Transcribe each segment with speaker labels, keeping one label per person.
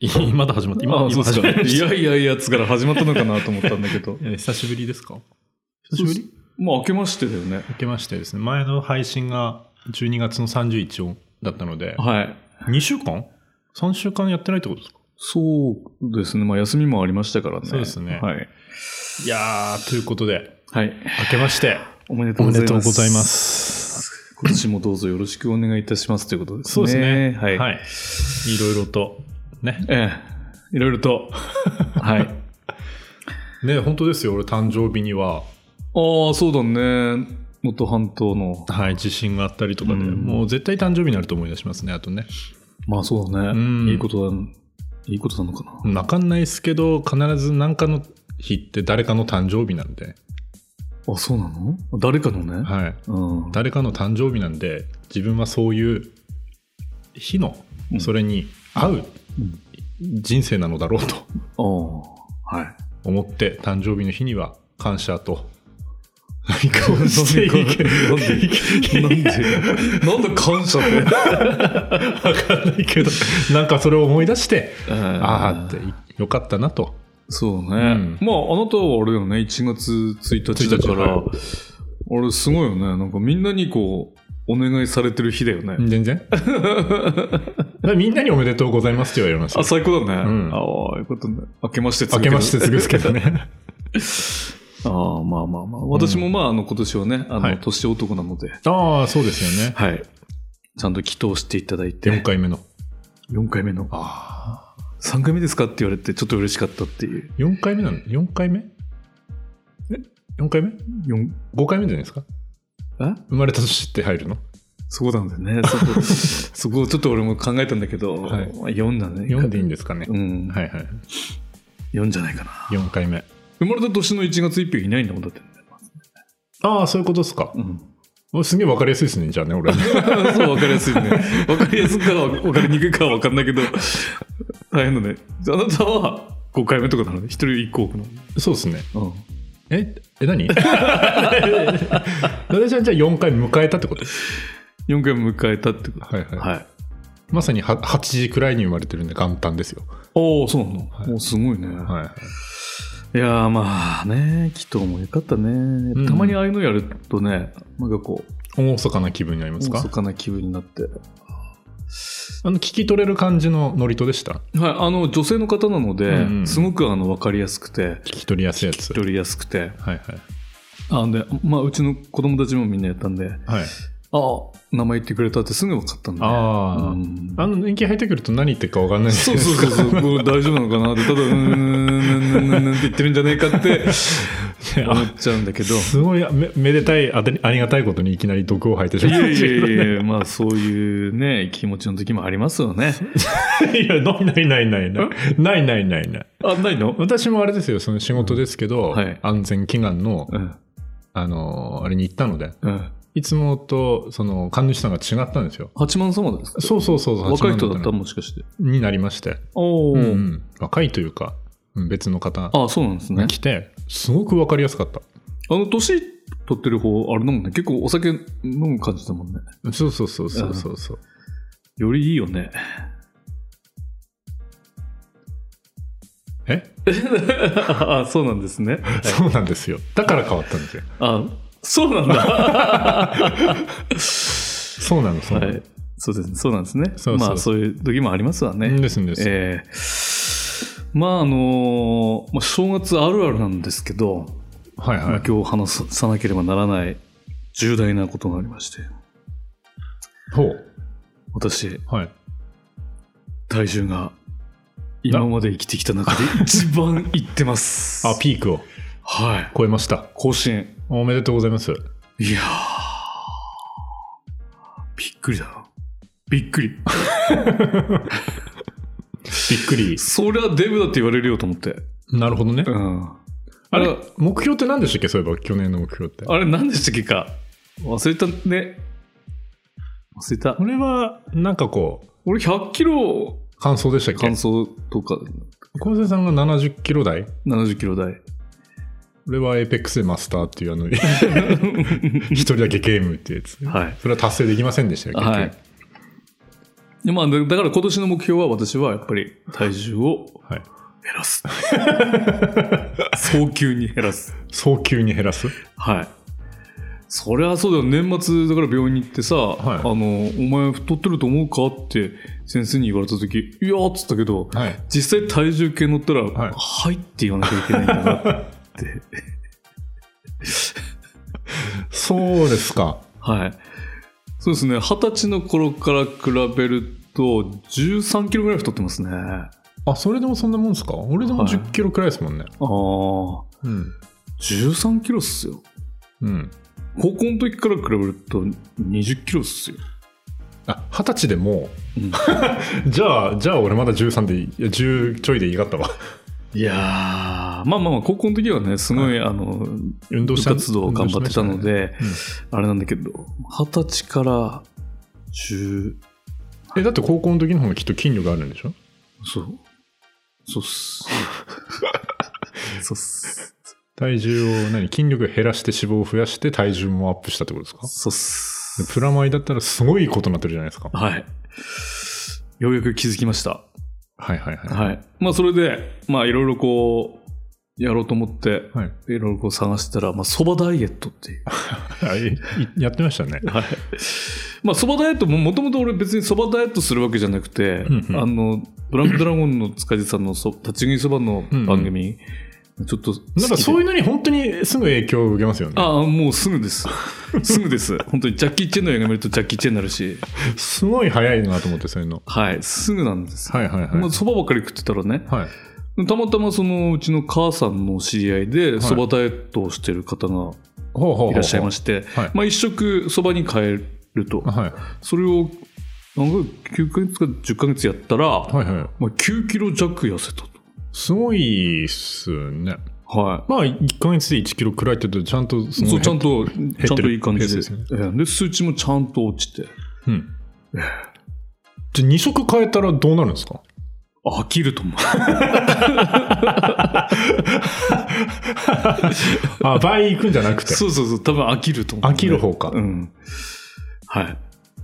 Speaker 1: 今だ始まって、今、
Speaker 2: あ
Speaker 1: 今
Speaker 2: そうっす
Speaker 1: 始
Speaker 2: か
Speaker 1: まって。
Speaker 2: いやいやいやつから始まったのかなと思ったんだけ
Speaker 3: 。
Speaker 2: ど
Speaker 3: えー 久しぶりですか
Speaker 2: 久しぶりまあ、明けましてだよね。
Speaker 3: 明けましてですね、前の配信が12月の31だったので、
Speaker 2: はい。
Speaker 3: 2週間 ?3 週間やってないってことですか
Speaker 2: そうですね。まあ、休みもありましたからね。
Speaker 3: そうですね
Speaker 2: はい。
Speaker 3: いやー、ということで、
Speaker 2: はい。
Speaker 3: 明けまして、
Speaker 2: おめでと
Speaker 3: お
Speaker 2: うご
Speaker 3: め
Speaker 2: ざい
Speaker 3: で
Speaker 2: ます。
Speaker 3: とうございま。す。
Speaker 2: 今年もどうぞよろしくお願いいたしますということですね。
Speaker 3: そうですね。
Speaker 2: はい。
Speaker 3: はい。いろいろと、ね。
Speaker 2: ええ。いろい ろと。はい。
Speaker 3: ね、本当ですよ、俺誕生日には、
Speaker 2: ああ、そうだね。元半島の。
Speaker 3: はい、地震があったりとかで、
Speaker 2: うん
Speaker 3: もう絶対誕生日になると思い出しますね、あとね。
Speaker 2: まあ、そうだ
Speaker 3: うん
Speaker 2: ね。いいことだ。いいことなのかな。
Speaker 3: わかんないですけど、必ず何かの日って誰かの誕生日なんで、
Speaker 2: あ、そうなの誰かのね。
Speaker 3: はい。
Speaker 2: うん。
Speaker 3: 誰かの誕生日なんで自分はそういう日の
Speaker 2: うん
Speaker 3: それに合う
Speaker 2: うん
Speaker 3: 人生なのだろうと
Speaker 2: ああ。はい。
Speaker 3: 思って誕生日の日には感謝と 移行 していけ
Speaker 2: なんで、なんで感謝って。
Speaker 3: わかんないけど なんかそれを思い出して ああ
Speaker 2: あ
Speaker 3: ってよかったなと
Speaker 2: そうね。
Speaker 3: ん
Speaker 2: まあ、あなたはあれよね、1月1日だから、
Speaker 3: 1
Speaker 2: あれすごいよね。なんかみんなにこう、お願いされてる日だよね。
Speaker 3: 全然 みんなにおめでとうございますって言われました
Speaker 2: あ、最高だね。
Speaker 3: うん
Speaker 2: ああ、よかったね。明けまして
Speaker 3: 明けましてすぐですけどね
Speaker 2: ああ、まあまあまあ。私もまあ、あの、今年はね、あ
Speaker 3: は
Speaker 2: の、
Speaker 3: い
Speaker 2: 年男なので、
Speaker 3: ああそうですよね
Speaker 2: はい。ちゃんと祈祷していただいて、
Speaker 3: 4回目の
Speaker 2: 4回目の、
Speaker 3: ああ
Speaker 2: 3回目ですかって言われて、ちょっと嬉しかったっていう。
Speaker 3: 4回目なの4回目え4回目
Speaker 2: 四
Speaker 3: 5回目じゃないですか
Speaker 2: え
Speaker 3: 生まれた年って入るの
Speaker 2: そうなんだよ ね。そこ、そこをちょっと俺も考えたんだけど、
Speaker 3: はい
Speaker 2: 4だね。
Speaker 3: 4でいいんですかね、
Speaker 2: うん。
Speaker 3: はいはい
Speaker 2: 4じゃないかな。
Speaker 3: 4回目
Speaker 2: 生まれた年の1月1日いないんだもんだって、ね。
Speaker 3: ああそういうことですか
Speaker 2: うん。
Speaker 3: おすげえ分かりやすいですねじゃあね俺
Speaker 2: そう、わかりやすいね。わかりやすいからわかりにくいからわかんないけど、大変だね。じゃああなたは5回目とかなのね。1人1個多くな
Speaker 3: そうですね
Speaker 2: の。うん。
Speaker 3: ええ何 私はじゃあ4回迎えたってこと
Speaker 2: 4回目迎えたってこと。
Speaker 3: はいはい
Speaker 2: はい。
Speaker 3: まさには8時くらいに生まれてるんで元旦ですよ
Speaker 2: おおそうなの、
Speaker 3: はい
Speaker 2: もうすごいね。
Speaker 3: はいはい
Speaker 2: い、やーまあね、祈祷もよかったね。
Speaker 3: うん
Speaker 2: たまにああいうのやるとね、なんかこう、
Speaker 3: 厳かな気分になります
Speaker 2: お
Speaker 3: か
Speaker 2: そかな気分になって。
Speaker 3: あの聞き取れる感じのノリとでした
Speaker 2: はい、あの女性の方なので、
Speaker 3: うんうん
Speaker 2: すごくあの分かりやすくて、
Speaker 3: 聞き取りやすいやつ
Speaker 2: 一人やすくて、
Speaker 3: はいはい
Speaker 2: あで、まあ、うちの子供たちもみんなやったんで、
Speaker 3: はい
Speaker 2: あ名前言ってくれたってすぐ分かったんで。
Speaker 3: ああ、
Speaker 2: うん
Speaker 3: あの年金入ってくると何言ってるか分かんないです
Speaker 2: そ
Speaker 3: け
Speaker 2: う
Speaker 3: ど
Speaker 2: そうそうそう、これ大丈夫なのかなって、ただ、うーん、うん、うん、うんって言ってるんじゃないかって 思っちゃうんだけど。
Speaker 3: すごいめめでたいあてありがたいことにいきなり毒を吐いてし
Speaker 2: い
Speaker 3: ま
Speaker 2: や
Speaker 3: う
Speaker 2: いやいやいや、まあそういうね、気持ちの時もありますよね。
Speaker 3: いやないないないないないないないないない
Speaker 2: あ、ないの
Speaker 3: 私もあれですよその仕事ですけど、
Speaker 2: はい
Speaker 3: 安全祈願の、
Speaker 2: うん。
Speaker 3: あのーあれに行ったので
Speaker 2: うん。
Speaker 3: いつもとその神主さんが違ったんですよ
Speaker 2: 八幡様ですか
Speaker 3: そうそうそうそう
Speaker 2: 若い人だ
Speaker 3: 八幡
Speaker 2: った
Speaker 3: の
Speaker 2: もしかして。
Speaker 3: になりまして、
Speaker 2: おお、
Speaker 3: うんうん若いというかうん別の方
Speaker 2: あそうなんですね
Speaker 3: が。来てすごく分かりやすかった
Speaker 2: あの、年取ってる方、あれだもんね。結構お酒飲む感じだもんね。
Speaker 3: そうそうそうそうそうそう
Speaker 2: よりいいよね。
Speaker 3: え
Speaker 2: あそうなんですね。
Speaker 3: そうなんですよだから変わったんですよ
Speaker 2: あそうなんだ。
Speaker 3: そうなのそうなの、
Speaker 2: はい。そうですね。そうなんですね。
Speaker 3: そうそう
Speaker 2: まあ、そういう時もありますわね。
Speaker 3: うんですんです、
Speaker 2: ええまああのまあ、正月あるあるなんですけど、
Speaker 3: はいはい
Speaker 2: まあ今日話さなければならない重大なことがありまして
Speaker 3: ほう
Speaker 2: 私
Speaker 3: はい
Speaker 2: 体重が今まで生きてきた中で一番いってます
Speaker 3: あピークを
Speaker 2: はい
Speaker 3: 超えました
Speaker 2: 更新
Speaker 3: おめでとうございます
Speaker 2: いやーびっくりだなびっくり
Speaker 3: びっくり
Speaker 2: そりゃデブだって言われるよと思って
Speaker 3: なるほどね
Speaker 2: うん
Speaker 3: あ
Speaker 2: あ
Speaker 3: れ
Speaker 2: れ
Speaker 3: 目標って何でしたっけそういえば去年の目標って
Speaker 2: あれ何でしたっけか忘れたね忘れた
Speaker 3: これはなんかこう
Speaker 2: 俺100キロ
Speaker 3: 感想でしたっけ
Speaker 2: 感想とか
Speaker 3: 昴生さんが7 0キロ台
Speaker 2: 70キロ台
Speaker 3: 俺はエーペックスでマスターっていうあ の一人だけゲームっていうやつ
Speaker 2: はい
Speaker 3: それは達成できませんでしたよ結局
Speaker 2: はいでまあ、だだから今年の目標は私はやっぱり体重を
Speaker 3: はい。
Speaker 2: 減ら す。早急に減らす。
Speaker 3: 早急に減らす。
Speaker 2: はい。そりゃそうだよ。年末だから病院に行ってさ、
Speaker 3: い
Speaker 2: あの、お前太ってると思うかって先生に言われた時、いやーっつったけど、
Speaker 3: はい。
Speaker 2: 実際体重計乗ったら、
Speaker 3: は
Speaker 2: はいい、って言わなきゃいけないんだ なって。
Speaker 3: そうですか。
Speaker 2: はい。そうですね。二十歳の頃から比べると、13キロぐらい太ってますね。あ
Speaker 3: あ、それでもそんなもんですか俺でも
Speaker 2: はい
Speaker 3: 10キロくらいですもんね。
Speaker 2: あ
Speaker 3: う
Speaker 2: ー、
Speaker 3: ん。
Speaker 2: 13キロっすよ。
Speaker 3: うん。
Speaker 2: 高校の時から比べると20キロっすよ。
Speaker 3: あ、二十歳でも
Speaker 2: うん
Speaker 3: う、 じゃあ、じゃあ俺まだ13でいい、いや、10ちょいでいいかったわ。
Speaker 2: いやー、まあまあまあ、高校の時はね、すごい、あの、
Speaker 3: 運動
Speaker 2: 部
Speaker 3: した
Speaker 2: 活動を頑張ってたの。で、
Speaker 3: うん
Speaker 2: あれなんだけど、二十歳から10、
Speaker 3: え、だって高校の時の方がきっと筋力あるんでしょ
Speaker 2: そう。そうっす。 そうっす。
Speaker 3: 体重を何筋力減らして脂肪を増やして体重もアップしたってことですか
Speaker 2: そうっ。
Speaker 3: ですプラマイだったらすごいことになってるじゃないですか。
Speaker 2: はい。ようやく気づきました。
Speaker 3: はいはいはい。
Speaker 2: はい。まあ、それで、まあ、いろいろこう、やろうと思って、
Speaker 3: はい。
Speaker 2: いろいろこう探してたら、まあ、そばダイエットっていう。
Speaker 3: はい、いやってましたね。
Speaker 2: はい。まあ、そばダイエットも、もともと俺別にそばダイエットするわけじゃなくて、
Speaker 3: うんうん
Speaker 2: あの、ドランクドラゴンの塚地さんのそ立ち食いそばの番組、ちょっと好きで
Speaker 3: なんかそういうのに本当にすぐ影響を受けますよね。
Speaker 2: ああ、もうす ぐです。すぐです。本当にジャッキー・チェンの映画見るとジャッキー・チェンになるし、
Speaker 3: すごい早いなと思って、そういうの。
Speaker 2: はい、すぐなんです。
Speaker 3: はいはいはい。
Speaker 2: まあ、そばばっかり食ってたらね、
Speaker 3: はい。
Speaker 2: たまたまそのうちの母さんの知り合いで、
Speaker 3: い
Speaker 2: そばダイエットをしてる方が
Speaker 3: ほうほうほう
Speaker 2: いらっしゃいま
Speaker 3: し
Speaker 2: して、
Speaker 3: はい
Speaker 2: まあ、一食そばに変えると。
Speaker 3: た。はい。
Speaker 2: それをなんか9ヶ月か10ヶ月やったら、
Speaker 3: はいはい。
Speaker 2: まあ、9キロ弱痩せたと。
Speaker 3: すごいっすね。
Speaker 2: は
Speaker 3: まあ、1ヶ月で1キロくらいって言うと、ちゃんとす
Speaker 2: い。
Speaker 3: ごい
Speaker 2: そう、ちゃんと、ち
Speaker 3: る
Speaker 2: ゃんといい感じ
Speaker 3: 減
Speaker 2: で。
Speaker 3: ってるんで
Speaker 2: ええで、数値もちゃんと落ちて。
Speaker 3: うん。じゃあ2食変えたらどうなるんです か
Speaker 2: 飽きると思う。
Speaker 3: あ、倍いくんじゃなくて。
Speaker 2: そうそうそう、多分飽きると思う、
Speaker 3: 飽きる方か
Speaker 2: うん。はい。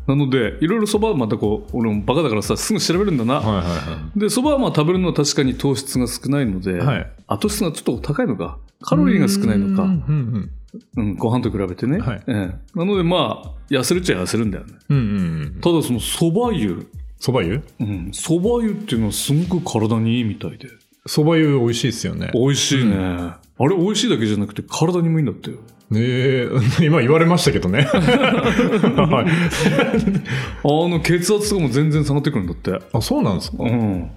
Speaker 2: なので、いろいろそばはまたこう、俺もバカだからさ、すぐ調べるんだな。
Speaker 3: はいは
Speaker 2: で、そばはまあ食べるのは確かに糖質が少ないので、
Speaker 3: いはい。はい。
Speaker 2: あ糖質がちょっと高いのか、カロリーが少ないの
Speaker 3: うん
Speaker 2: か、
Speaker 3: うん
Speaker 2: うん、ご飯と比べてね、
Speaker 3: はい
Speaker 2: ええなのでまあ、痩せるっちゃ痩せるんだよね。
Speaker 3: うん。うんうんうん。
Speaker 2: ただその蕎麦湯、
Speaker 3: そば湯
Speaker 2: うん、蕎麦湯っていうのはすごく体にいいみたいで。
Speaker 3: そば湯美味しいっすよね。
Speaker 2: 美味しいね。
Speaker 3: う
Speaker 2: あれ美味しいだけじゃなくて体にもいいんだってよ。
Speaker 3: え え今言われましたけど ね。はい。
Speaker 2: あの血圧とかも全然下がってくるんだって。
Speaker 3: あ、そうなんですか
Speaker 2: うん。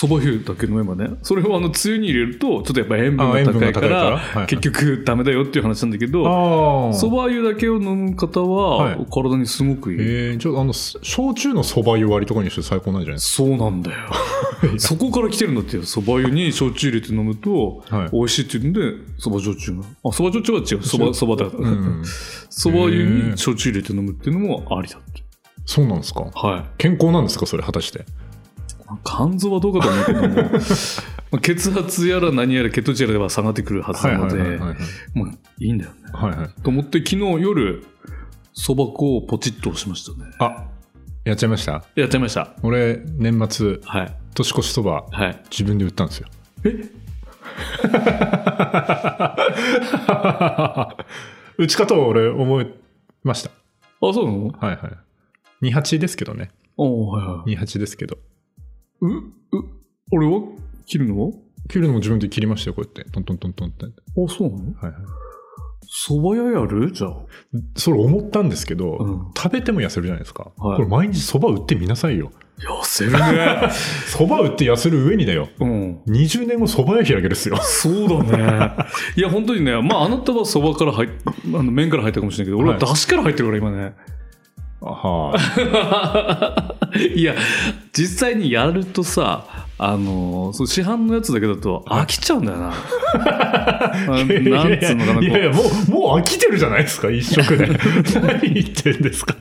Speaker 2: そば湯だけ飲めばね。それをあの、梅雨に入れると、ちょっとやっぱ塩分
Speaker 3: あ
Speaker 2: が
Speaker 3: 塩分
Speaker 2: 高
Speaker 3: が
Speaker 2: い
Speaker 3: 高
Speaker 2: か
Speaker 3: いから
Speaker 2: ら、
Speaker 3: はいはい
Speaker 2: 結局ダメだよっていう話なんだけど、
Speaker 3: ああ。
Speaker 2: そば湯だけを飲む方は、
Speaker 3: はい
Speaker 2: 体にすごくいい。
Speaker 3: ええちょっとあの、す焼酎のそば湯割りとかにして最高なんじゃないです
Speaker 2: そうなん だよ。そこから来てるんだってよ。そば湯に焼酎入れて飲むと、
Speaker 3: か。はい。
Speaker 2: 美味しいって言うんで、そば焼酎が。あ、そば焼酎は違う。そば、そばだ。
Speaker 3: うん。
Speaker 2: そば湯に焼酎入れて飲むっていうのもありだって。
Speaker 3: そうなんですか
Speaker 2: はい。
Speaker 3: 健康なんですかそれ果たして。
Speaker 2: 肝臓はどうかと思うけども、 まあ血圧やら何やら血糖値やらは下がってくるはず
Speaker 3: はい
Speaker 2: な
Speaker 3: は
Speaker 2: の
Speaker 3: い
Speaker 2: で、
Speaker 3: はいはい。
Speaker 2: まあいいんだよね。
Speaker 3: はいはい。
Speaker 2: と思って昨日夜、そば粉をポチッと押しましたね。
Speaker 3: あ、やっちゃいました
Speaker 2: やっちゃいました。
Speaker 3: 俺、年末、
Speaker 2: はい。
Speaker 3: 年越しそば、
Speaker 2: はい。
Speaker 3: 自分で売ったんですよ。
Speaker 2: え
Speaker 3: 打ち方を俺、覚えました。
Speaker 2: あ、そうなの
Speaker 3: はいはい。28ですけどね。
Speaker 2: おはいはい。
Speaker 3: 28ですけど。
Speaker 2: う、う、俺は切るの
Speaker 3: 切るのも自分で切りましたよ、こうやって。トントントントンって。
Speaker 2: あ、そうな
Speaker 3: は
Speaker 2: の
Speaker 3: いはい。
Speaker 2: そば屋やるじゃあ。
Speaker 3: それ思ったんですけど、
Speaker 2: うん
Speaker 3: 食べても痩せるじゃないですか、
Speaker 2: はい
Speaker 3: これ毎日そば売ってみなさいよ
Speaker 2: 痩せるね。
Speaker 3: そば売って痩せる上にだよ
Speaker 2: うん。
Speaker 3: 20年後そば屋開けるっすよ
Speaker 2: そう だね。いや、本当にね、まあ、あなたはそばから入っ、あの麺から入ったかもしれないけど、俺は
Speaker 3: はい
Speaker 2: 出汁から入ってるから、今ね。
Speaker 3: は あ
Speaker 2: いや、実際にやるとさ、あのーそう市販のやつだけだと飽きちゃうんだ よな。あ
Speaker 3: いやいや
Speaker 2: なんつうのかな、こ
Speaker 3: いやいうやもうもう飽きてるじゃないですか一食で 何言ってんですか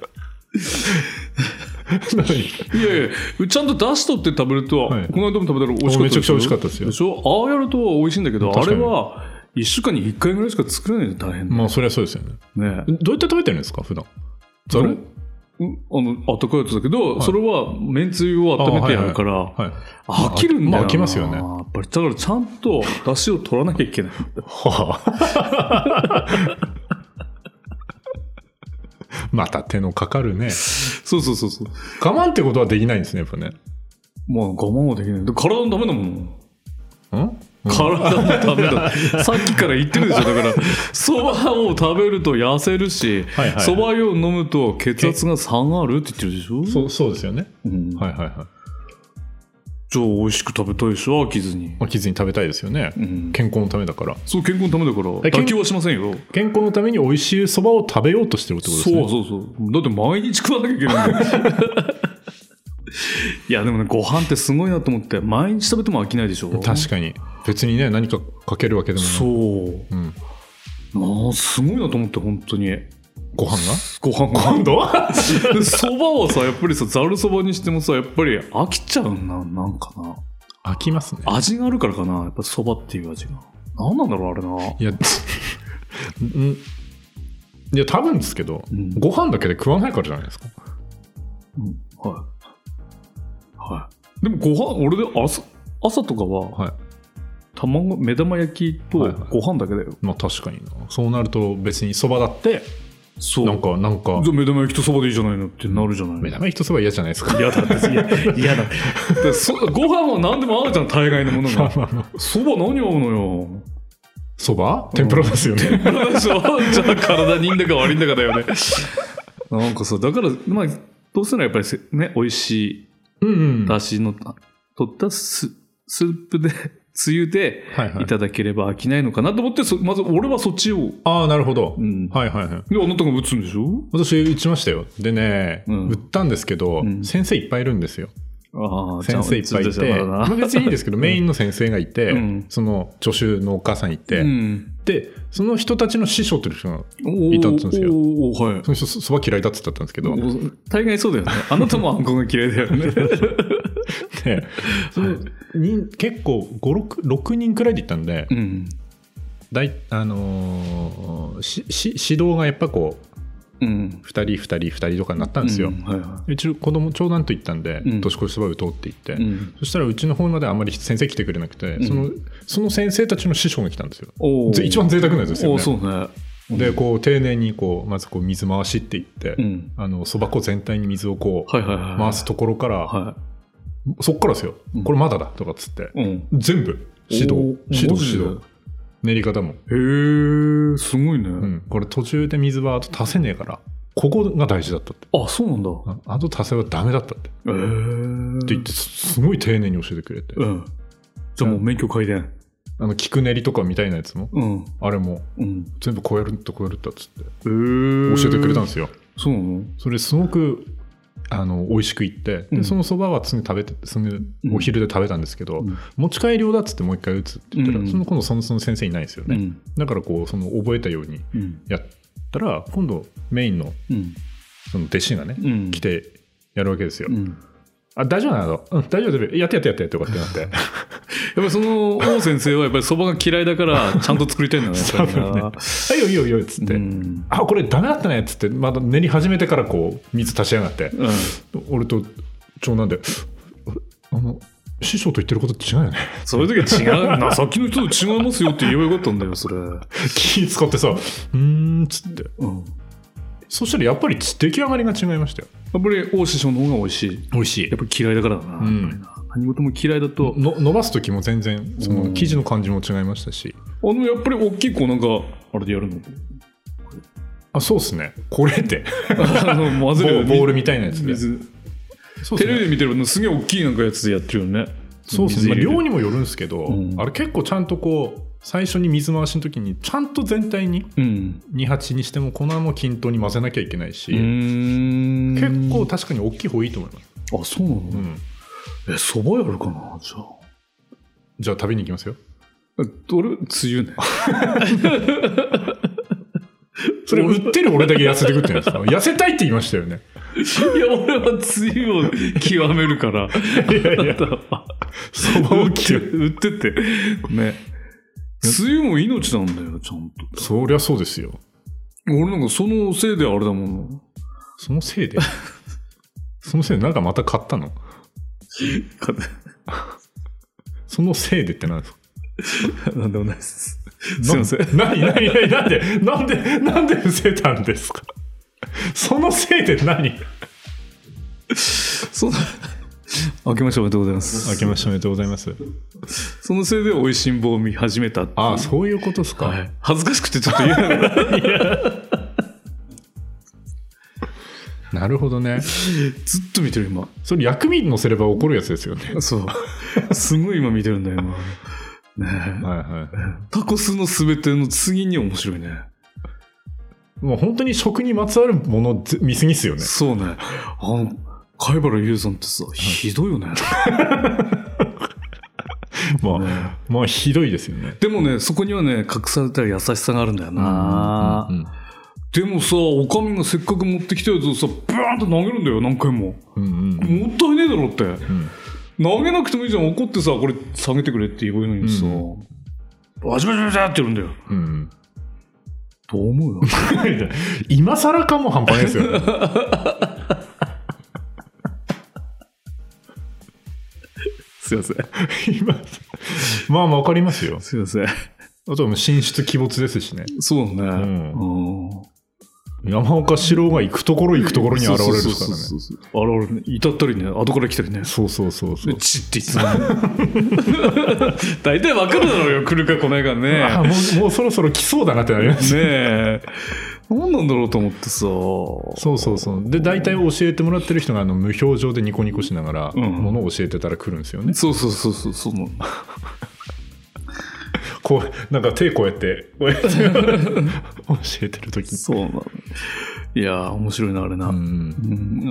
Speaker 3: 何
Speaker 2: いやいや、ちゃんと出しとって食べると、
Speaker 3: はい
Speaker 2: この間も食べたら美味しかった
Speaker 3: めちゃくちゃ美味しかったですよ
Speaker 2: でしょああやると美味しいんだけど、あ
Speaker 3: 確か
Speaker 2: れ
Speaker 3: に
Speaker 2: は1週間に1回ぐらいしか作れないで大変だ
Speaker 3: まあそりゃそうですよね
Speaker 2: ね。
Speaker 3: どうやって食べてるんですか普段ざる
Speaker 2: あの、あったかいやつだけど、それは、めんつゆを温めてやるから、
Speaker 3: はい。
Speaker 2: 飽きるんだよな。
Speaker 3: まあ飽きますよね
Speaker 2: やっぱり、だからちゃんと出汁を取らなきゃいけない。
Speaker 3: はあ。また手のかかるね。
Speaker 2: そうそうそうそう。
Speaker 3: 我慢ってことはできないんですね、やっぱね。
Speaker 2: まあ、我慢はできない。で体のためだもん。
Speaker 3: ん
Speaker 2: 体のためだ。 さっきから言ってるでしょ。だから、蕎麦を食べると痩せるし、
Speaker 3: はいはい
Speaker 2: 蕎麦湯を飲むと血圧が下がるって言ってるでしょ。
Speaker 3: そう、そうですよね。
Speaker 2: うん
Speaker 3: はいはいはい。
Speaker 2: じゃあ、美味しく食べたいでしょ、飽きずに。
Speaker 3: まあ、傷に食べたいですよね。
Speaker 2: うん
Speaker 3: 健康のためだから。
Speaker 2: そう、健康のためだから、
Speaker 3: え健
Speaker 2: 妥協はしませんよ。
Speaker 3: 健康のために美味しいそばを食べようとしてるってことですね。
Speaker 2: そうそうそう。だって毎日食わなきゃいけないんだよ。 いや、でもね、ご飯ってすごいなと思って、毎日食べても飽きないでしょ。
Speaker 3: 確かに。別にね、何かかけるわけでもない。
Speaker 2: そう。
Speaker 3: うん。
Speaker 2: まあ、すごいなと思って、本当に。
Speaker 3: ご飯
Speaker 2: ご飯
Speaker 3: が
Speaker 2: が。
Speaker 3: 度は
Speaker 2: そばはさ、やっぱりさ、ざるそばにしてもさ、やっぱり飽きちゃうな、なんかな。
Speaker 3: 飽きますね。
Speaker 2: 味があるからかな、やっぱそばっていう味が。なんなんだろう、あれな。
Speaker 3: いや、 うん。いや、多分ですけど、
Speaker 2: うん
Speaker 3: ご飯だけで食わないからじゃないですか。
Speaker 2: うんはい。はい。でもご飯、俺で朝、朝とかは、
Speaker 3: はい。
Speaker 2: 卵、目玉焼きと
Speaker 3: はいはい
Speaker 2: ご飯だけだよ。
Speaker 3: まあ確かにな。そうなると別にそばだって、
Speaker 2: そう。
Speaker 3: なんか、なんか
Speaker 2: じ、ゃあ目玉焼きとそばでいいじゃないのってなるじゃないの
Speaker 3: 目玉焼きとそば嫌じゃないですか。
Speaker 2: 嫌 だっていや嫌だだそご飯は何でも合うじゃん大概のものがそば何合うのよ
Speaker 3: そば天ぷらですよね。
Speaker 2: それでしょじゃあ体にいいんだか悪いんだかだよねなんかさだからまあどうせならやっぱりせね美味しい
Speaker 3: うんうん。
Speaker 2: だ
Speaker 3: は
Speaker 2: しの取ったススープでつゆで
Speaker 3: いはい
Speaker 2: い。ただければ飽きないのかなと思って、そまず俺はそっちを、
Speaker 3: ああ、なるほど
Speaker 2: う。ん
Speaker 3: はいはいはい。
Speaker 2: であなたが打つんでしょ
Speaker 3: 私打ちましたよ。でね、
Speaker 2: うん
Speaker 3: 打ったんですけど、
Speaker 2: うん
Speaker 3: 先生いっぱいいるんですよ。
Speaker 2: ああ
Speaker 3: 先生いっぱいいて、まあ、別にいいです けど、メインの先生がいて、
Speaker 2: うん
Speaker 3: その助手のお母さんいて、
Speaker 2: うん、
Speaker 3: で、その人たちの師匠っていう人が、
Speaker 2: い
Speaker 3: たんですよ
Speaker 2: おーはい
Speaker 3: その人そそば嫌いだって言ったんですけど、
Speaker 2: 大概そうだよね。あなたもあんこが嫌いだよね。
Speaker 3: で その人結構5、6、6人くらいで行ったんで、
Speaker 2: うん。
Speaker 3: だいあのーしし指導がやっぱこう
Speaker 2: うん。
Speaker 3: 2人2人2人とかになったんですよ、
Speaker 2: うんはいは
Speaker 3: うちの子供長男と行ったんで、
Speaker 2: うん
Speaker 3: 年越しそば打とうって言って、
Speaker 2: い。うん。
Speaker 3: そしたらうちの方まであんまり先生来てくれなくて、
Speaker 2: ん
Speaker 3: そのその先生たちの師匠が来たんですよ
Speaker 2: お
Speaker 3: ぜ一番贅沢なやつですよね
Speaker 2: おーそうね。
Speaker 3: でこう丁寧にこうまずこう水回しって言って、
Speaker 2: うん。
Speaker 3: あのそば粉全体に水をこう
Speaker 2: はいはいはい。
Speaker 3: 回すところから、
Speaker 2: は
Speaker 3: そっからですよ、
Speaker 2: うん
Speaker 3: これまだだとかっつって
Speaker 2: い。うん。
Speaker 3: 全部指導
Speaker 2: おー
Speaker 3: 指
Speaker 2: マ
Speaker 3: 導
Speaker 2: ジで
Speaker 3: 指導練り方も、
Speaker 2: へえ、すごいね。
Speaker 3: うん、これ途中で水はあと足せねえからここが大事だったって
Speaker 2: あ、そうなんだ。
Speaker 3: ああと足せはダメだったってって
Speaker 2: へえ。
Speaker 3: 言ってすすごい丁寧に教えてくれて、
Speaker 2: うん。じゃあもう免許改伝。
Speaker 3: あの菊練りとかみたいなやつも
Speaker 2: うん。
Speaker 3: あれも
Speaker 2: うん。
Speaker 3: 全部こうやるんだこうやるんだっつって
Speaker 2: へ
Speaker 3: 教えてくれたん
Speaker 2: す
Speaker 3: ですよ
Speaker 2: そうなの
Speaker 3: それすごくあの美味しくいってで、
Speaker 2: うん
Speaker 3: そのそばは常に食べて常に
Speaker 2: うん
Speaker 3: お昼で食べたんですけど、
Speaker 2: うん
Speaker 3: 持ち帰り用だっつってもう一回打つって言ったら、
Speaker 2: うん
Speaker 3: その今度そのその先生いないんですよ
Speaker 2: う
Speaker 3: ね、
Speaker 2: ん。
Speaker 3: だからこうその覚えたように
Speaker 2: うん。
Speaker 3: やったら今度メインの
Speaker 2: うん。
Speaker 3: その弟子がね、
Speaker 2: うん。
Speaker 3: 来。てやるわけですよ、
Speaker 2: うん。
Speaker 3: あ大丈夫なの、うん、大丈夫大丈夫やってやってやってとかってなって
Speaker 2: やっぱりその王先生はやっぱりそばが嫌いだ からちゃんと作りたいんだね。やっぱりな
Speaker 3: 多分ねあいいよいいよいいよっつって、
Speaker 2: うん
Speaker 3: あこれダメだったねっつってまた練り始めてからこう水足しやがって
Speaker 2: うん、
Speaker 3: 俺と長男であの師匠と言ってること違うよね
Speaker 2: そういう時は違うな、さっきの人と違いますよって言えばよかったんだよ、それ。う
Speaker 3: 気使ってさうーんっつって
Speaker 2: ん、や
Speaker 3: そしたらやっぱり出来上がりが違いましたよ
Speaker 2: っぱり王師匠の方が美味しい。
Speaker 3: 美味しい
Speaker 2: やっぱり嫌いだからだな。
Speaker 3: うん
Speaker 2: やっぱりな何事も嫌いだと。
Speaker 3: の伸ばす時も全然そ
Speaker 2: うん
Speaker 3: の生地の感じも違いましたし
Speaker 2: あの、やっぱり大きい子なんか、あれでやるの
Speaker 3: あそうっすねこれって
Speaker 2: あの、混
Speaker 3: ボ
Speaker 2: ぜる
Speaker 3: ーボールみたいなやつで
Speaker 2: 水。
Speaker 3: そうっす
Speaker 2: テレビ
Speaker 3: ね
Speaker 2: で見てるのすげえ大きいなんかやつでやってるよね。
Speaker 3: そうですね、まあ、
Speaker 2: 水入れる
Speaker 3: 量にもよるんですけど、
Speaker 2: うん
Speaker 3: あれ結構ちゃんとこう最初に水回しの時にちゃんと全体に
Speaker 2: うん。
Speaker 3: 28にしても粉も均等に混ぜなきゃいけないし、
Speaker 2: うーん
Speaker 3: 結構確かに大きい方いいと思います、
Speaker 2: あそうなの、
Speaker 3: うん、
Speaker 2: え蕎麦やるかなじゃあ
Speaker 3: じゃあ食べに行きますよ
Speaker 2: え俺梅雨ね
Speaker 3: それ売ってる俺だけ痩せてくって言うんですか痩せたいって言いましたよね
Speaker 2: いや、俺は梅雨を極める から。
Speaker 3: いやいや そば
Speaker 2: 売
Speaker 3: を
Speaker 2: っ
Speaker 3: 切
Speaker 2: て、
Speaker 3: る
Speaker 2: 売ってって。ね。梅雨も命なんだよ、ちゃんと。
Speaker 3: そりゃそうですよ
Speaker 2: 俺なんかそのせいであれだもんな。
Speaker 3: そのせい でそのせいでなんかまた買ったの
Speaker 2: か
Speaker 3: そのせいでって何ですか
Speaker 2: なんでもないです。
Speaker 3: な
Speaker 2: すいません。
Speaker 3: 何何何なんでなんでなんで伏せたんですかそのせいで何
Speaker 2: そん な、明けましておめでとうございます。
Speaker 3: 明けましておめでとうございます
Speaker 2: そのせいで美味しんぼを見始めたっていう
Speaker 3: ああそういうことですか、
Speaker 2: はい。恥ずかしくてちょっと言えなかっ
Speaker 3: なるほどね
Speaker 2: た。 ずっと見てる今。
Speaker 3: それ薬味乗せれば怒るやつですよね
Speaker 2: そう。すごい今見てるんだよ、今。ね
Speaker 3: はいは
Speaker 2: えタコスのすべての次に面白いね。
Speaker 3: いもう本当に食にまつわるものぜ見すぎっすよね
Speaker 2: そうね。あの、貝原優さんってさ、ひどいよね。
Speaker 3: まあ、まあひどいですよね
Speaker 2: でもね、そこにはね、隠された優しさがあるんだよな
Speaker 3: う。ん
Speaker 2: でもさ、おかみがせっかく持ってきたやつをさ、ブーンと投げるんだよ、何回も。
Speaker 3: うんうんうん
Speaker 2: もったいねえだろって。
Speaker 3: うん
Speaker 2: 投げなくてもいいじゃん、怒ってさ、これ下げてくれって言えばいいのにさ、バチバチバチって言うんだよ。
Speaker 3: うんうん
Speaker 2: どう思うよ。
Speaker 3: 今更かも半端ないですよ、ね、
Speaker 2: すいません。
Speaker 3: 今まあわかりますよ
Speaker 2: すいません。
Speaker 3: あとはもう進出鬼没ですしね
Speaker 2: そうだね。
Speaker 3: ん
Speaker 2: うん
Speaker 3: 山岡四郎が行くところ行くところに現れるですからね
Speaker 2: そうそうそうそう現れるね。至ったりね、後から来たりね。
Speaker 3: そうそうそうそう
Speaker 2: でチッて言ってた。大体わかるだろうよ、来るか来ないか
Speaker 3: あ
Speaker 2: ね。
Speaker 3: もうもうそろそろ来そうだなってなります
Speaker 2: ねえ。何なんだろうと思ってさ。
Speaker 3: そうそうそうで大体教えてもらってる人があの無表情でニコニコしながら
Speaker 2: うん
Speaker 3: ものを教えてたら来るんですよね、
Speaker 2: そうそうそうそう、そうなの
Speaker 3: こうなんか手こうやってこうやって 教えてる時に
Speaker 2: そうなの。いやー、面白いな、あれな。
Speaker 3: う
Speaker 2: うん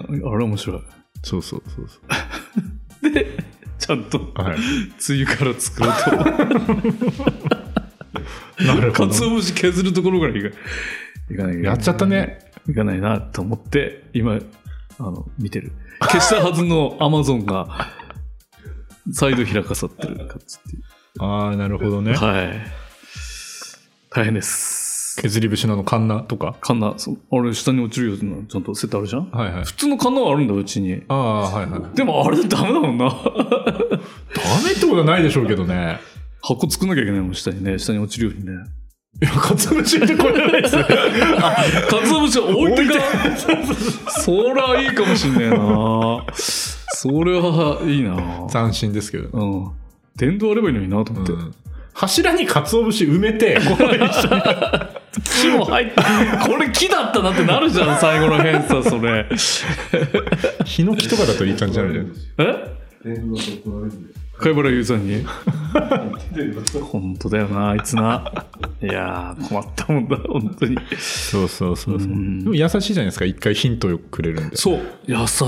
Speaker 2: ん、ああれ面白い。
Speaker 3: そうそうそうそ
Speaker 2: ちゃんと、
Speaker 3: うはい
Speaker 2: 梅雨から作ろうと。
Speaker 3: なるほ
Speaker 2: かつ
Speaker 3: ど
Speaker 2: お節削るところからいかいかない。
Speaker 3: やっちゃったね
Speaker 2: いかないなと思って、今、あの、見てる。消したはずのアマゾンが、再度開かさってる感じってい
Speaker 3: ああなるほどね
Speaker 2: う。はい。大変です。
Speaker 3: 削り節のあのカンナとか
Speaker 2: カンナ、そうあれ下に落ちるような、ちゃんとセットあるじゃん
Speaker 3: はいはい
Speaker 2: 普通のカンナはあるんだ、うちに。
Speaker 3: ああはいはいダ
Speaker 2: でもあれダメだもんな。
Speaker 3: メってことはないでしょうけどね
Speaker 2: 箱作んなきゃいけないもん、下にね。下に落ちるようにね。
Speaker 3: いやかつお節ってこれないですね
Speaker 2: かつお節置いてか。そりゃいいかもしんねえな。それはいいな。
Speaker 3: 斬新ですけど
Speaker 2: うん。電動あればいいのになと思って。
Speaker 3: 柱に鰹節埋め て、こう一緒に
Speaker 2: 木も 入って、これ木だったなってなるじゃん、最後の変さ、それ。
Speaker 3: ヒノキとかだといい感じになるじゃない
Speaker 2: え
Speaker 1: 電話で怒られるんです
Speaker 2: 貝原優さん に。
Speaker 1: 電話と
Speaker 2: 本当だよな、あいつ な。いやー、困ったもんだ、本当に。
Speaker 3: そうそうそうそう。で
Speaker 2: ん
Speaker 3: も優しいじゃないですか、一回ヒントをくれるんで。
Speaker 2: そう、優しい。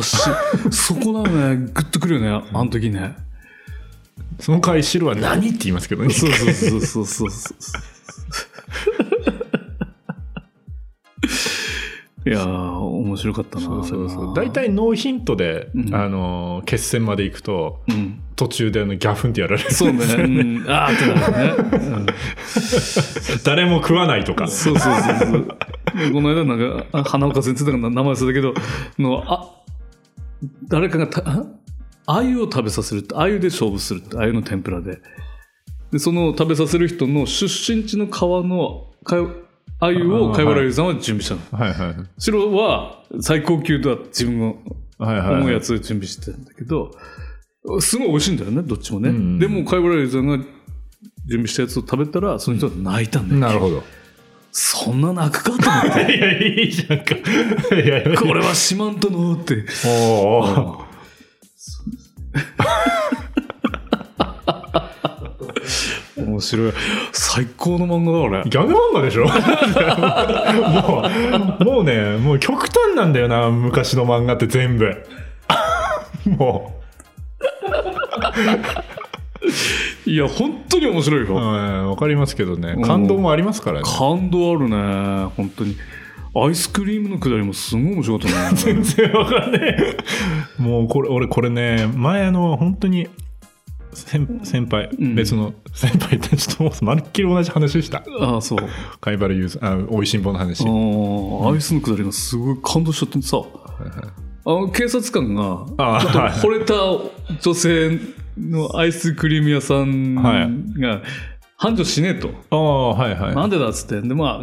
Speaker 2: そこだよね、グッとくるよね、あの時ね。
Speaker 3: その回、白は何って言いますけどね。
Speaker 2: そうそうそうそうそういやー、面白かったな。
Speaker 3: そうそうそう。
Speaker 2: あれ
Speaker 3: 大
Speaker 2: な、
Speaker 3: 体ノーヒントで、
Speaker 2: うん
Speaker 3: あのー、決戦まで行くと、
Speaker 2: うん。
Speaker 3: 途中であのギャフンってやられる。
Speaker 2: そうね、うん、あーってなるね。うん
Speaker 3: 誰も食わないとか。
Speaker 2: そうそうそうそう。この間なんか、あ花岡先生だから名前忘れたけど、の、あ、誰かがた、あ鮎を食べさせるって、鮎で勝負するって、鮎の天ぷらで。で、その食べさせる人の出身地の川の、かよ鮎を
Speaker 3: あー
Speaker 2: 貝原優さんは準備したの。
Speaker 3: はいはい。
Speaker 2: 白は最高級だ、自分の
Speaker 3: はいはい。
Speaker 2: 思うやつを準備してたんだけど、すごい美味しいんだよね、どっちもね。
Speaker 3: うんうん
Speaker 2: でも、貝原優さんが準備したやつを食べたら、その人は泣いたんだよ。
Speaker 3: なるほど。
Speaker 2: そんな泣くかと思って。
Speaker 3: いや、いいじゃんか。いや、 いや
Speaker 2: これは四万とのって。
Speaker 3: おー
Speaker 2: 面白い。最高の漫画だ、俺。
Speaker 3: ギャグ漫画でしょもう、もうね、もう極端なんだよな、昔の漫画って全部。も、
Speaker 2: いや、本当に面白いう
Speaker 3: う
Speaker 2: よ。
Speaker 3: ん、わかりますけどね、感動もありますからね。
Speaker 2: 感動あるね、本当に。アイスクリームのくだりもすごい面白かったね。
Speaker 3: 全然わかんねえ。もうこれ、俺これね、前あの、本当に、先先輩、
Speaker 2: うん
Speaker 3: 別の先輩たちともまるっきり同じ話した
Speaker 2: ああそう
Speaker 3: カイバルユーザーあおいしんぼの話、
Speaker 2: ああアイスのくだりがすごい感動しちゃってさあの警察官が
Speaker 3: ああ
Speaker 2: ちょっと
Speaker 3: はい
Speaker 2: 惚れた女性のアイスクリーム屋さんが繁盛しねえと、
Speaker 3: ああはいはい
Speaker 2: なんでだっつってでまあ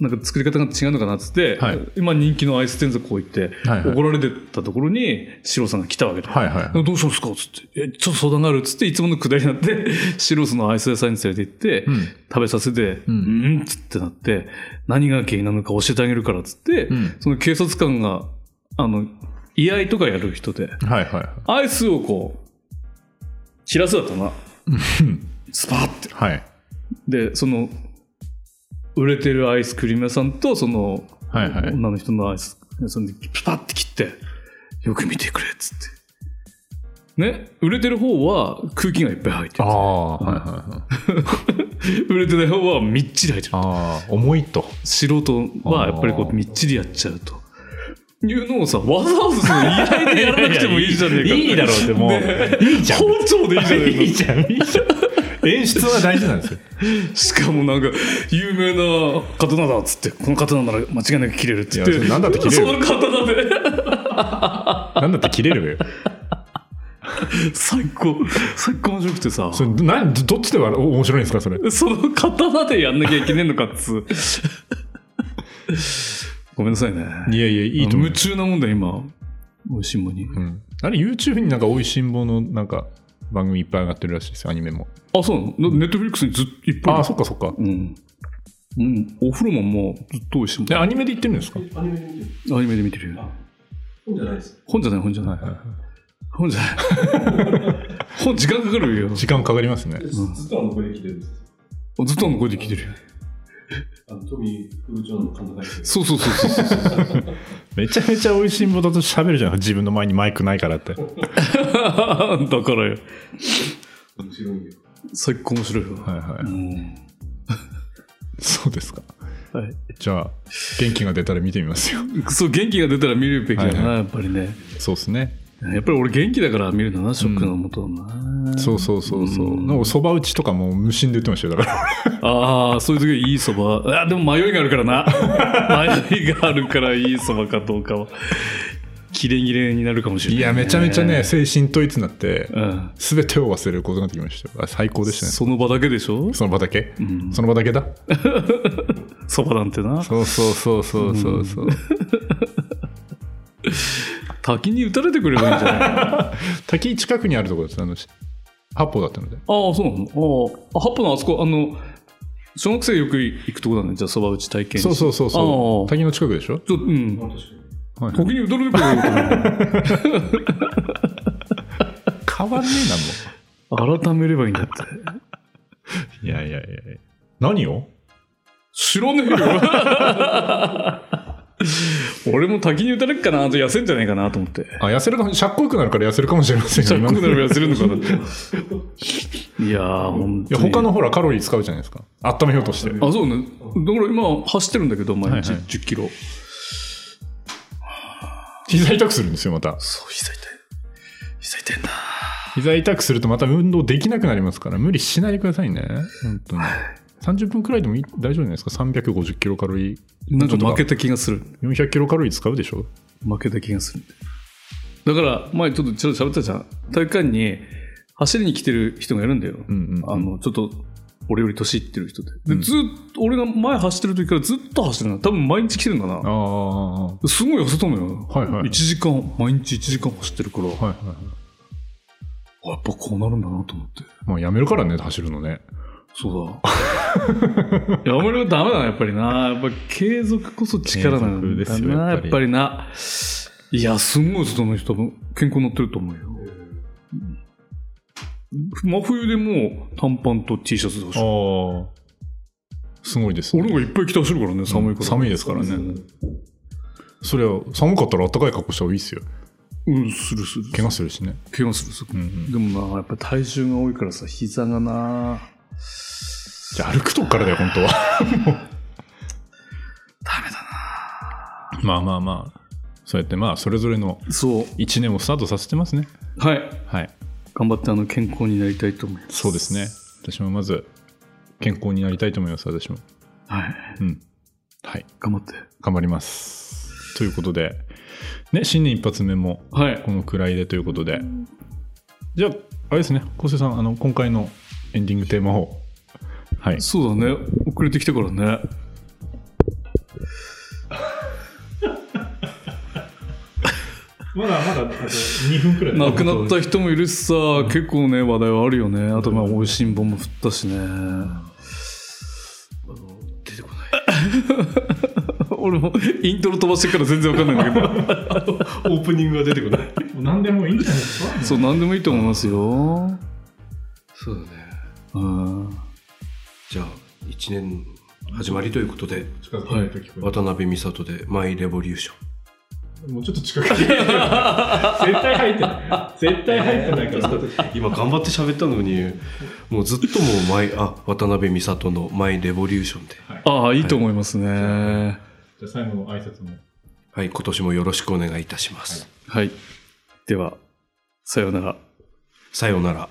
Speaker 2: なんか作り方が違うのかなっつって、
Speaker 3: はい
Speaker 2: 今人気のアイス天族こう行って、
Speaker 3: はいはい
Speaker 2: 怒られてたところに四郎さんが来たわけだ、
Speaker 3: はいはい
Speaker 2: どうしたんですかっつってえ「ちょっと相談がある」っつっていつものくだりになってシロスのアイス屋さんに連れて行って、
Speaker 3: うん
Speaker 2: 食べさせて「う
Speaker 3: うん
Speaker 2: ん」っつってなって何が原因なのか教えてあげるからっつって、
Speaker 3: うん
Speaker 2: その警察官があの居合とかやる人で
Speaker 3: はいはい
Speaker 2: アイスをこう散らすだったなスパーって
Speaker 3: はい
Speaker 2: でその売れてるアイスクリーム屋さんとその、
Speaker 3: はいはい
Speaker 2: 女の人のアイス屋さんでピタッて切ってよく見てくれっつって。ね、売れてる方は空気がいっぱい入って
Speaker 3: あ
Speaker 2: る
Speaker 3: あはいはいはい
Speaker 2: 売れてない方はみっちり入ってる
Speaker 3: ああ重いと
Speaker 2: 素人はやっぱりこ
Speaker 3: あー
Speaker 2: うみっちりやっちゃうというのをさわざわざその居合でやらなくてもいいじゃねえか
Speaker 3: いいだろうってもう
Speaker 2: ね
Speaker 3: いいじゃん
Speaker 2: 包丁でいいじゃねえか
Speaker 3: いいじゃんいいじゃん演出は大事なんですよ
Speaker 2: しかもなんか有名な刀だっつってこの刀なら間違いなく切れるっつって
Speaker 3: いやそれなんだって切れ
Speaker 2: そ
Speaker 3: る
Speaker 2: の刀で
Speaker 3: なんだって切れるよ
Speaker 2: 最高最高面白くてさ
Speaker 3: それなどっちではお面白いんですかそれ
Speaker 2: その刀でやんなきゃいけねえのかっつうごめんなさいね
Speaker 3: いやいやいいと思う
Speaker 2: 夢中なもんだよ今美味しいもんに
Speaker 3: うん、あれ YouTube になんかおいしんぼのなんか番組いっぱい上がってるらしいですよアニメも
Speaker 2: あそうなのネットフリックスにずっといっぱい
Speaker 3: あ
Speaker 2: る
Speaker 3: あそっかそっか
Speaker 2: うん、うん、お風呂ももうずっと美味しいもん
Speaker 3: でアニメで言ってるんですか
Speaker 1: えアニメで見てる
Speaker 2: アニメで見てるよ
Speaker 1: あ本じゃないです。
Speaker 2: 本じゃない本じゃない、本じゃない 本時間かかるよ
Speaker 3: 時間かかりますね
Speaker 1: ずっとあの声で聞いてるんです。
Speaker 2: ずっとあの声で聞いてるよ
Speaker 1: あのトミー・フルジョンの監督が
Speaker 2: そうそうそうそうそう
Speaker 3: めちゃめちゃおいしんぼだと喋るじゃん自分の前にマイクないからって
Speaker 2: だからよ
Speaker 1: 面白いよ。
Speaker 2: 最高面白いよ、
Speaker 3: はいは
Speaker 2: うん
Speaker 3: いそうですか
Speaker 2: はい、
Speaker 3: じゃあ元気が出たら見てみますよ
Speaker 2: そう元気が出たら見るべきだな、
Speaker 3: はいは
Speaker 2: やっぱりね
Speaker 3: そうですね
Speaker 2: やっぱり俺元気だから見るんだなショックのもとだな、
Speaker 3: そうそうそうそううんなんかそば打ちとかも無心で言ってましたよだから
Speaker 2: ああそういう時はいいそばあでも迷いがあるからな迷いがあるからいいそばかどうかはキレキレになるかもしれないい、
Speaker 3: やめちゃめちゃね精神統一になって
Speaker 2: うん
Speaker 3: 全てを忘れることができましたよあ最高でしたね
Speaker 2: その場だけでしょ
Speaker 3: その場だけ、その場だけだ
Speaker 2: そばなんてな
Speaker 3: そうそうそうそうそうそう
Speaker 2: 滝に打たれてくればいいんじ ゃないああ
Speaker 3: 滝近くにあるところですあのし八方だったので
Speaker 2: そうなのああ八方のあそこあの小学生よく行くとこだねじゃあそば打ち体験
Speaker 3: そうそうそうそ
Speaker 2: ああ
Speaker 3: う滝の近くでしょ、
Speaker 2: ちょうん
Speaker 1: まあ確かに。
Speaker 3: はい
Speaker 2: 滝に打たれてくればいいと思う
Speaker 3: 変わんねえなも
Speaker 2: 改めればいいんだって。
Speaker 3: ういやいやいやいや何を
Speaker 2: 知らねえよ。 俺も滝に打たれっかなと痩せんじゃないかなと思って。
Speaker 3: あ痩せるかもしゃっこよくなるから痩せるかもしれま せん
Speaker 2: シャ
Speaker 3: よ
Speaker 2: ッ
Speaker 3: 今
Speaker 2: ク
Speaker 3: の
Speaker 2: な
Speaker 3: い
Speaker 2: ら痩せるのかなって。いやー、ほん
Speaker 3: や
Speaker 2: とに。
Speaker 3: 他のほらカロリー使うじゃないですか温めようとして
Speaker 1: 温め
Speaker 2: あ、そうね。だから今走ってるんだけど、毎日
Speaker 3: はいはい
Speaker 2: 10キロ。
Speaker 3: 膝痛くするんですよまた
Speaker 2: そう、膝痛い。膝痛いんだ。
Speaker 3: 膝痛くするとまた運動できなくなりますから無理しないでくださいね本当に30分くらいでもいい大丈夫じゃないですか350キロカロリー
Speaker 2: なんか負けた気がする。
Speaker 3: 400キロカロリー使うでしょ
Speaker 2: 負けた気がする。だから、前ちょっとちょっと喋ったじゃん。体育館に走りに来てる人がいるんだよ。
Speaker 3: うんうん
Speaker 2: あの、ちょっと、俺より年いってる人で。で、ずっと、俺が前走ってる時からずっと走ってるの。多分毎日来てるんだな。
Speaker 3: あ
Speaker 2: すごい痩せたのよ。
Speaker 3: はいはい
Speaker 2: 1時間、毎日1時間走ってるから、
Speaker 3: あはいはいはい
Speaker 2: あやっぱこうなるんだなと思って。
Speaker 3: まあやめるからね走るのね
Speaker 2: そうだ。やめるとダメだな、やっぱりな。やっぱ継続こそ力なん
Speaker 3: 継続で
Speaker 2: だ
Speaker 3: すよ
Speaker 2: な、
Speaker 3: や
Speaker 2: やっ
Speaker 3: っ
Speaker 2: ぱ
Speaker 3: ぱ
Speaker 2: りな。いや、すんごいその人、健康になってると思うよ。真冬でもう短パンと T シャツで走る。
Speaker 3: ああすごいです、
Speaker 2: 俺の方がいっぱい着て走るからね、寒いから。
Speaker 3: 寒いですからねそれは寒かったら暖かい格好した方がいいですよ
Speaker 2: うん、するする。
Speaker 3: 怪我するしね
Speaker 2: 怪我するする。
Speaker 3: ん
Speaker 2: でもな、やっぱり体重が多いからさ、膝がな、
Speaker 3: じゃあ歩くとこからだよ本当は
Speaker 2: ダメだな。
Speaker 3: まあまあまあそうやってまあそれぞれの
Speaker 2: そう。
Speaker 3: 1年をスタートさせてますね
Speaker 2: はい。
Speaker 3: はい
Speaker 2: 頑頑張ってあの健康になりたいと思います。
Speaker 3: そうですね。私もまず、健康になりたいと思います、私も。
Speaker 2: はい。
Speaker 3: うん。はい。
Speaker 2: 頑張って。
Speaker 3: 頑張ります。ということで、ね、新年一発目も、
Speaker 2: はい。
Speaker 3: このくらいでということで。じゃあ、あれですね、昴生さん、あの、今回のエンディングテーマを。はい。
Speaker 2: そうだね。遅れてきてからね。
Speaker 3: まだまだ、2分くら
Speaker 2: 亡くなった人もいるしさ、結構ね、話題はあるよね。あと、まあ、美味しんぼも振ったしね。
Speaker 1: 出てこ
Speaker 2: 俺もイントロ飛ばしてから全然わかんないんだけど。
Speaker 1: ない。オープニングが出てこない。
Speaker 3: 何でもいいんじゃないですか
Speaker 2: そう、なんでもいいと思いますよ。
Speaker 1: そうだね。
Speaker 2: うん。は
Speaker 1: じゃあ、1年始まりということで、
Speaker 3: 近づけないと聞こ
Speaker 1: 渡辺美里でマイレボリューション。
Speaker 3: える。もうちょっと近く に。絶対入ってない。絶対入って ないから。
Speaker 1: 今頑張って喋ったのに、もうずっともうマイ、あ、渡辺美里のマイレボリューションで。
Speaker 2: ああ、いいと思いますね。
Speaker 3: じゃあ最後の挨拶も。
Speaker 1: はい、今年もよろしくお願いいたします。
Speaker 2: はい。では、さようなら。
Speaker 1: さようなら。